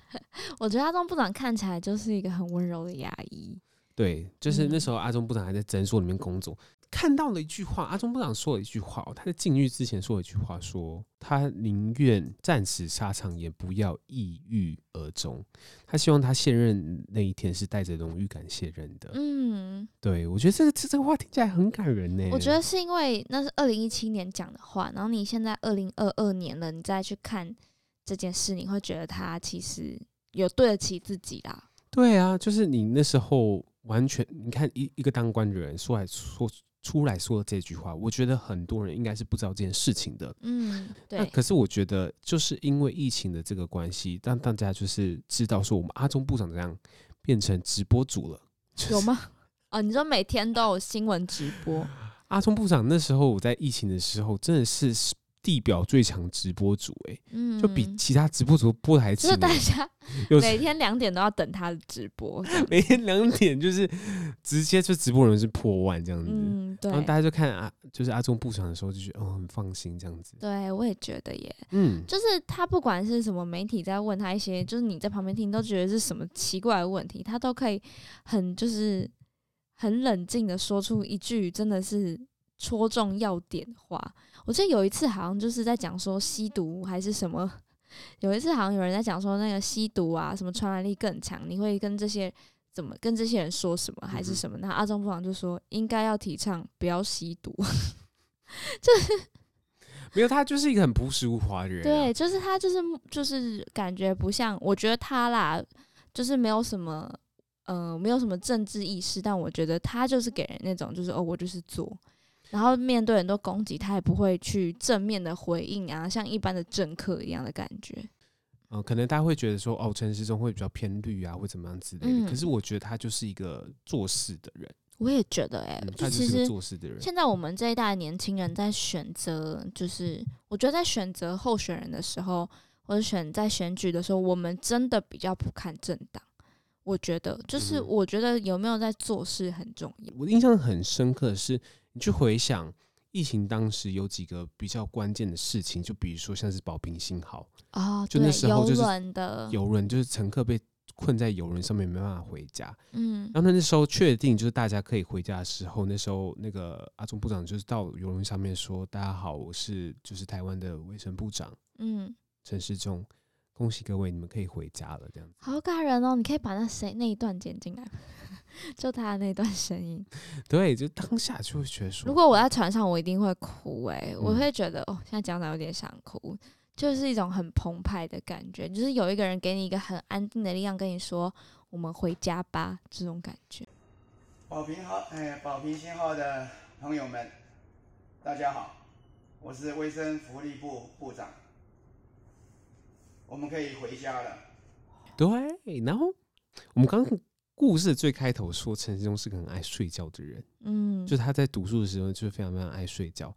我觉得阿中部长看起来就是一个很温柔的牙医，对，就是那嗯时候阿中部长还在诊所里面工作，看到了一句话，阿中部长说了一句话哦，他在禁欲之前说了一句话说他宁愿战死沙场，也不要抑郁而终。他希望他卸任那一天是带着荣誉感卸任的。嗯，对我觉得这个这这个话听起来很感人呢。我觉得是因为那是二零一七年讲的话，然后你现在二零二二年了，你再去看这件事，你会觉得他其实有对得起自己啦。对啊，就是你那时候完全，你看一一个当官的人说来说出来说这句话，我觉得很多人应该是不知道这件事情的。嗯，那对，可是我觉得，就是因为疫情的这个关系，让大家就是知道说，我们阿中部长这样变成直播主了。就是 有吗？哦，你说每天都有新闻直播，阿聪部长那时候我在疫情的时候，真的是地表最强直播主、欸，嗯，就比其他直播主播台就勤欸是。大家有时每天两点都要等他的直播这 样，每天两点就是直接就直播人是破万这样子，嗯，对然后，大家就看啊，就是阿忠部长的时候就觉得哦很放心这样子，对我也觉得耶，嗯，就是他不管是什么媒体在问他一些，就是你在旁边听都觉得是什么奇怪的问题，他都可以很就是很冷静的说出一句真的是戳中要点的话。我记得有一次好像就是在讲说吸毒还是什么， 有一次好像有人在讲说那个吸毒啊，什么传染力更强，你会跟这些。怎么跟这些人说什么还是什么？那阿中部长就说应该要提倡不要吸毒，没有他就是一个很朴实无华的人、啊，对，就是他，就是就是感觉不像，我觉得他啦，就是没有什么，呃，没有什么政治意识，但我觉得他就是给人那种，就是哦，我就是做，然后面对很多攻击，他也不会去正面的回应啊，像一般的政客一样的感觉。嗯、可能大家会觉得说哦陈时中会比较偏绿啊或怎么样之类的，嗯可是我觉得他就是一个做事的人，我也觉得、欸，哎、嗯、就他就其是个实做事的人，现在我们这一代的年轻人在选择，就是我觉得在选择候选人的时候，或者选在选举的时候，我们真的比较不看政党。我觉得，就是嗯我觉得有没有在做事很重要。我印象很深刻的是，你去回想疫情当时有几个比较关键的事情，就比如说像是保平信号，哦，就对，那时候游就是轮的，游轮就是乘客被困在游轮上面没办法回家，嗯然后那时候确定就是大家可以回家的时候，那时候那个阿中部长就是到游轮上面说：“大家好，我是就是台湾的卫生部长嗯，陈世忠，恭喜各位，你们可以回家了。”这样子，好感人哦！你可以把那谁那一段剪进来吗， 就他的那段声音。对，就当下就会觉得说，如果我在船上，我一定会哭诶、我嗯会觉得哦，现在讲讲有点想哭，就是一种很澎湃的感觉，就是有一个人给你一个很安定的力量，跟你说我们回家吧，这种感觉。宝瓶号，哎，宝瓶信号的朋友们，大家好，我是卫生福利部部长，我们可以回家了。对，然后我们刚刚故事的最开头说陈世忠是个很爱睡觉的人，嗯，就是他在读书的时候就是非常非常爱睡觉。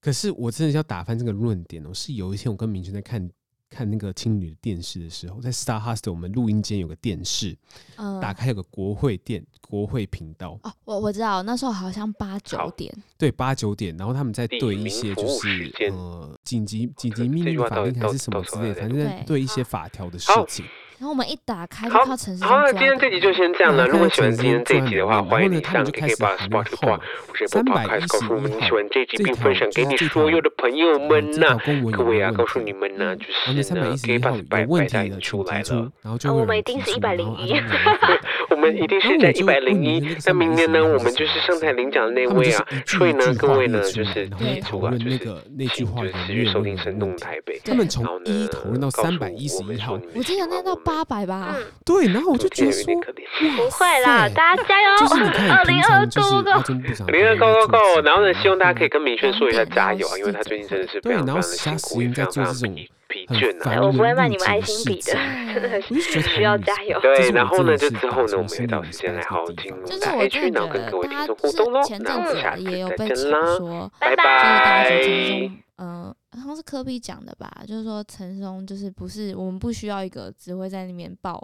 可是我真的要打翻这个论点哦，是有一天我跟明轩在看看那个青旅的电视的时候，在 Star Host 我们录音间有个电视。嗯打开有个国会电国会频道，哦，我我知道，那时候好像八九点，对八九点，然后他们在地对一名些服就务时是间呃紧急紧这急命这句令话法到底令还到是什么到之什么类的，来反正在着对一些法条的事好情。然后我们一打开就好靠陈世忠好，那今天抓这集就先这样了。嗯如果喜欢看起来今天这一集的话，然后呢欢迎你他们就上 K 开 K 始 Box 喊 Box 后 Boy，我是 Bob 311 Box，告诉我们你喜欢这一集，这并分享给你条所有的朋友嗯们这呐、条公文有各位啊，问告诉题你们呐、就他们是三百呢一十，K 一号 Box 百有问百题代已的请经出提来出了。，然后就啊会有我们人一定提是出101然后阿忠没有回答我们一定是在一百零一。那明年呢，我们就是上台领奖的那他们位就是啊一。句所以一呢，句各话位列呢，出就来是然后记会住讨啊，论就那是个那句话就有是持没续有收任听何生问动题。台北。他们对从然后呢一讨论到告诉三百一十我们一说号你，们我记喜得欢那到我们八百吧，嗯对，然后我就昨觉天得说有一点，可怜。不不会啦，大家加油！就是你看，二平零常二就是啊勾阿 勾，忠部长，零二 Go Go 然后 Go，然后呢，希望大家可以跟明轩说一下两点加到油啊，因为他四最近真的是嗯对非然常非常后的其他辛时苦，也间非在做常非常这种疲疲很倦烦啊。人我不会卖你们爱的心事笔的情。真的我就觉是得需要很加油。对，这然后呢，是就我真的之是后呢，打从我们心也里到的时间来好好听我就们就的是我 IG，真的然后觉跟各位得大家听就众互动喽是。前那阵我们子下次也有再被见传啦，说。拜就是大家说陈拜松。，呃，好像是科比讲的吧，就是说陈松就是不是我们不需要一个只会在那边报，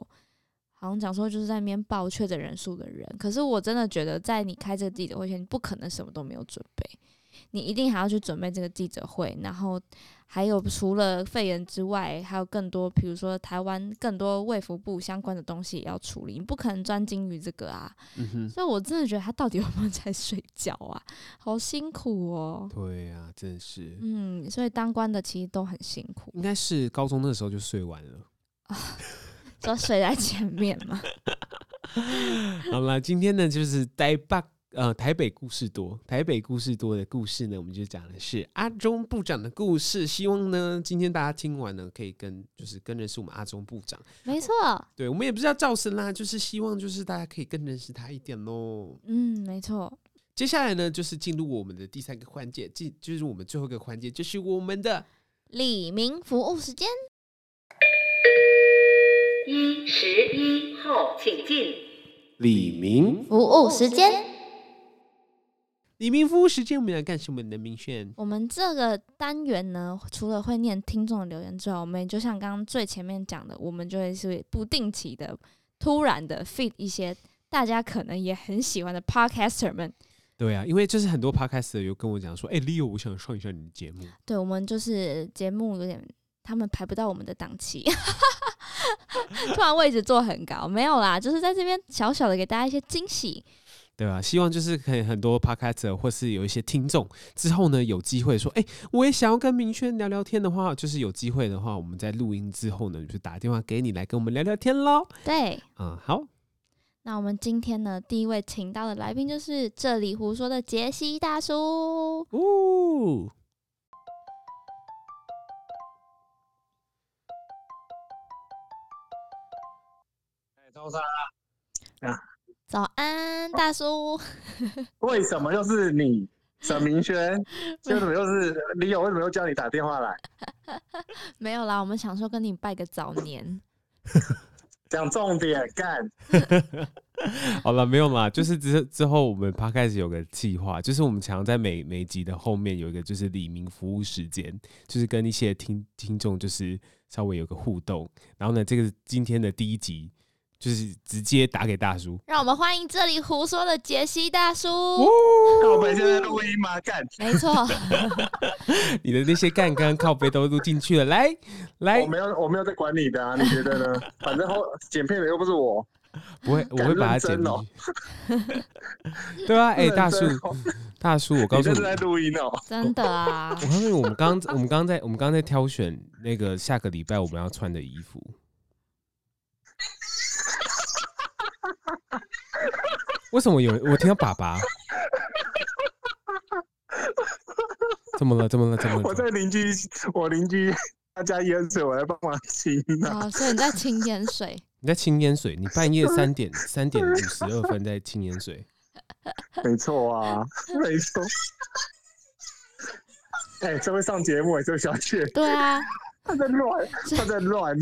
好像讲说就是在那边报确诊人数的人。可是我真的觉得，在你开这个记者会前，你不可能什么都没有准备，你一定还要去准备这个记者会，然后还有除了肺炎之外，还有更多，比如说台湾更多卫福部相关的东西也要处理，你不可能专精于这个啊。嗯哼，所以我真的觉得他到底有没有在睡觉啊？好辛苦哦。对呀、啊，真是，嗯，所以当官的其实都很辛苦，应该是高中那时候就睡完了。只要睡在前面嘛。好啦，今天呢就是台北呃台北故事多，台北故事多的故事呢，我们就讲的是阿中部长的故事。希望呢今天大家听完呢，可以跟就是跟认识我们阿中部长。 没错，对我们也不是要造神啦，就是希望就是大家可以更认识他一点喽。嗯，没错，接下来呢，就是进入我们的第三个环节，进就是我们最后一个环节，就是我们的李明服务时间。一十一号，请进。李明服务时间。李明夫时间，我们来干什么的？明炫，我们这个单元呢，除了会念听众的留言之外，我们也就像刚刚最前面讲的，我们就会是不定期的、突然的 feed 一些大家可能也很喜欢的 podcaster 们。对啊，因为就是很多 podcast 有跟我讲说，哎、l e o 我想上一下你的节目，对我们就是节目有点，他们排不到我们的档期， 突然位置坐很高，没有啦，就是在这边小小的给大家一些惊喜。对吧、希望就是可以很多 podcast 或是有一些听众之后呢，有机会说，哎、我也想要跟明轩聊聊天的话，就是有机会的话，我们在录音之后呢，就打电话给你来跟我们聊聊天喽。对，嗯，好，那我们今天呢，第一位请到的来宾就是这里胡说的杰西大叔。呜、周三，早安，大叔。 为什么又是你？沈明 轩，为什么又是你有？为什么又叫你打电话来？没有啦，我们想说跟你拜个早年。讲重点，干！好了，没有啦，就是之之后我们 podcast 有个计划，就是我们想要在每每集的后面有一个就是李明服务时间，就是跟一些听听众就是稍微有个互动。然后呢，这个是今天的第一集，就是直接打给大叔。让我们欢迎这里胡说的杰西大叔。那我们现在录音吗？干！没错， 你的那些干干靠背都录进去了，来来我，没有，我没有在管你的 啊，你觉得呢？反正后剪片的又不是我，不会，我会把它剪认真哦进去。 对啊，哎、大叔认真哦，大叔，我告你诉这你是，在录音哦。真的啊我，告诉你，我们刚我们刚在我们刚在挑选那个下个礼拜我们要穿的衣服。 为什么有我听到爸爸？怎么了？怎么了？怎么了？我在邻居，我邻居 他家淹水，我来帮忙清啊。哦，所以你在清点水。你在清烟水？你半夜三点三点五十二分在清烟水？没错 啊，没错。哎、这会上节目，这位小雪，对啊，他在乱，他在乱，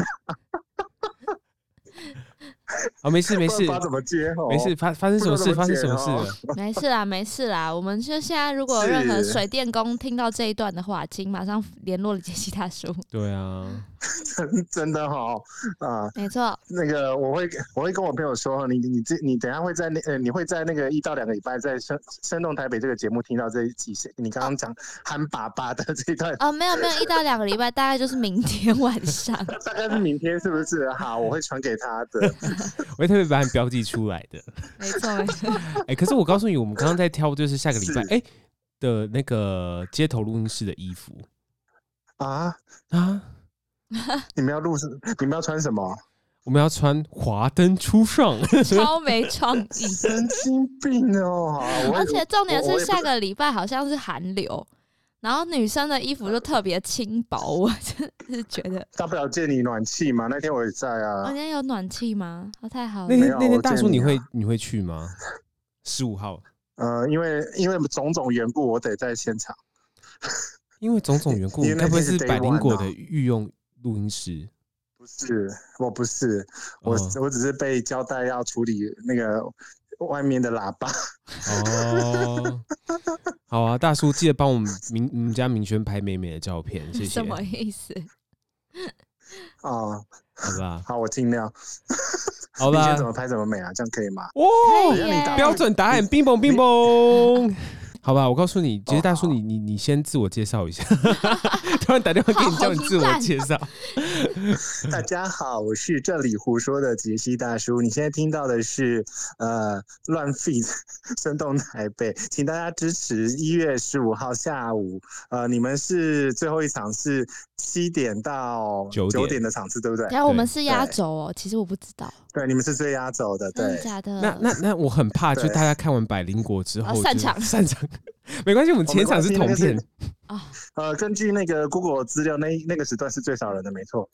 哦，没事没事不知道怎么接哦。没事，发发生什么事？发不生知什道么怎事么哦了？ 没事啦，没事啦。我们就现在如果有任何是水电工听到这一段的话，请马上联络杰西大叔。对啊，真真的哈、啊、没错，那个我会我会跟我朋友说，你你这你等一下会在那呃你会在那个一到两个礼拜在生生动台北这个节目听到这一集，你刚刚讲喊爸爸的这一段，哦，没有没有，一到两个礼拜，大概就是明天晚 上。大概是明天是不是？好，我会传给他的。我会特别把你标记出来的。没错没错，哎、可是我告诉你，我们刚刚在挑就是下个礼拜是哎、的那个街头录音室的衣服啊，啊，你们要录是？你们要穿什么？我们要穿华灯初 上。超没创意。神经病哦！好我而且重点我是我也不下个礼拜好像是寒流，然后女生的衣服就特别轻薄，我真的是觉得。大不了借你暖气嘛，那天我也在我、啊今。天有暖气吗？哦，太好了那。天没有那天我大建叔议你啊会你会去吗？十五号，呃，因为因为种种缘故，我得在现场。因为种种缘故，因为该那不会天是是百 day 灵 one 果啊的御用录音 师？不是，我不是，我、哦我只是被交代要处理那个外面的喇叭。哦，好啊，大叔记得帮我们明我们家明轩拍美美的照片，谢谢什，么意思？哦，好吧，好，我尽量。好你先吧怎，么拍怎么美啊，这样可以啊吗？ 哦可以，耶标准答案，冰崩冰崩。 好吧，我告诉你，其实大叔哦好你，你你先自我介绍一下。 突然打电话给你好叫你自我烂介绍，大家好，我是这里胡说的杰西大叔。你现在听到的是呃乱 feed 生动台北，请大家支持一月十五号下午。呃，你们是最后一场是七点到九点九点的场次，对不对？然后我们是压轴哦，其实我不知道，对，你们是最压轴的，真嗯对的。假的？那那那我很怕，就对大家看完《百灵果》之啊后就 散场哦散场没关系，我们哦前场是没同关系那片个是，呃，根据那个 Google 资料，那那个时段是最少人的，没错。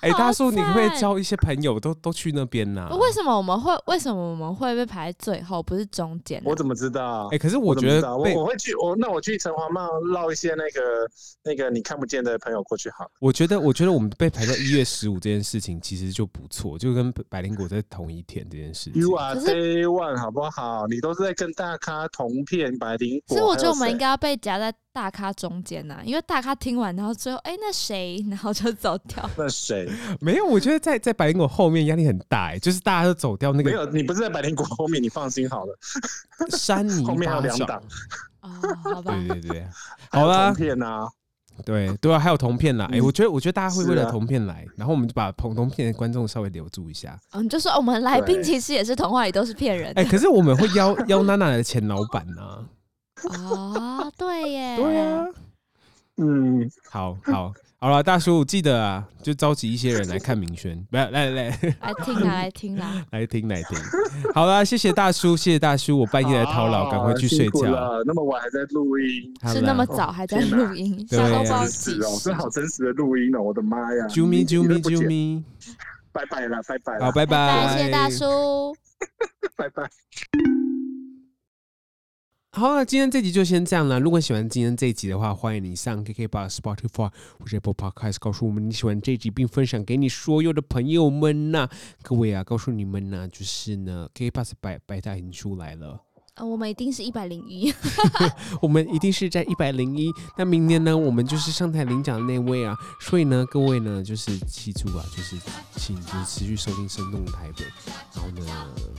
哎、大叔，你赞会不会交一些朋友都都去那边呐、为什么我们会为什么我们会被排在最后，不是中间啊呢、我怎么知道？哎、可是我我怎觉么知得道我被我会去我那我去城隍庙绕一些那个那个你看不见的朋友过去好了。我觉得，我觉得我们被排在一月十五这件事情其实就不错，就跟百灵果在同一天这件事情。 You are 可 day one 好不好？你都是在跟大咖同片白灵所果，以我还觉有得我们谁应该要被夹在大咖中间呐、因为大咖听完，然后最后哎、那谁，然后就走掉。那 谁没有，我觉得在在百灵果后面压力很大、哎，就是大家都走掉那没有？个你不是在白灵果后面，你放心好了。山泥后面还有巴两掌 档。哦，好吧，对对 对，还有好啦同片啊，对对啊，还有同片来，哎、嗯我觉得我觉得大家会是为了啊同片来，然后我们就把同同片的观众稍微留住一 下。嗯，就说我们来宾对其实也是童话里都是骗人的哎、 可是我们会邀邀娜娜的前老板呐、 啊、对耶，对啊，，嗯，好好好了，大叔记得啊，就召集一些人来看明轩，不要来来来 来听啦，来听啦，来听来听。好啦，谢谢大叔，谢谢大叔，我半夜来操劳，赶快去睡啊辛苦觉。了。那么晚还在录音， 好是啦那么早还在天哪录音，对现在都啊不知道真几实哦，时这。好真实的录音哦，我的妈呀！啾咪你 啾咪，啾你都不剪咪，拜拜了，拜拜好，了，拜拜拜，拜，谢谢大。叔。拜拜。好了，今天这集就先这样了。如果喜欢今天这一集的话，欢迎你上 KK b o Spotify 或者 Apple Podcast 告诉我们你喜欢这一集，并分享给你所有的朋友们呐、各位啊，告诉你们呐、就是呢，KK b o 百百大银出来了。呃，我们一定是一百零一， 我们一定是在一百零一。那明年呢，我们就是上台领奖的那位啊。所以呢，各位呢，就是记住啊，就是请就是持续收听《生动台北》，然后呢，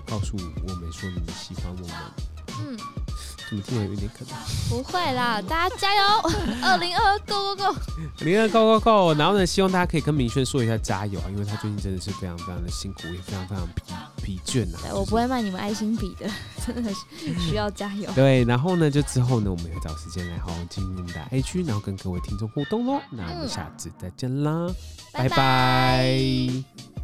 告诉我们说你喜欢我们。嗯，怎么听起来有点可能？不会啦，大家加油， 二零二 go go go！零二 go go go！然后呢，希望大家可以跟明轩说一下加油啊，因为他最近真的是非常非常的辛苦，也非常非常疲疲倦啊。对我就是不会卖你们爱心笔的， 真的是需要加油。对，然后呢，就之后呢，我们也会找时间来好好经营我们的 IG，然后跟各位听众互动喽。那我们嗯下次再见啦，拜拜拜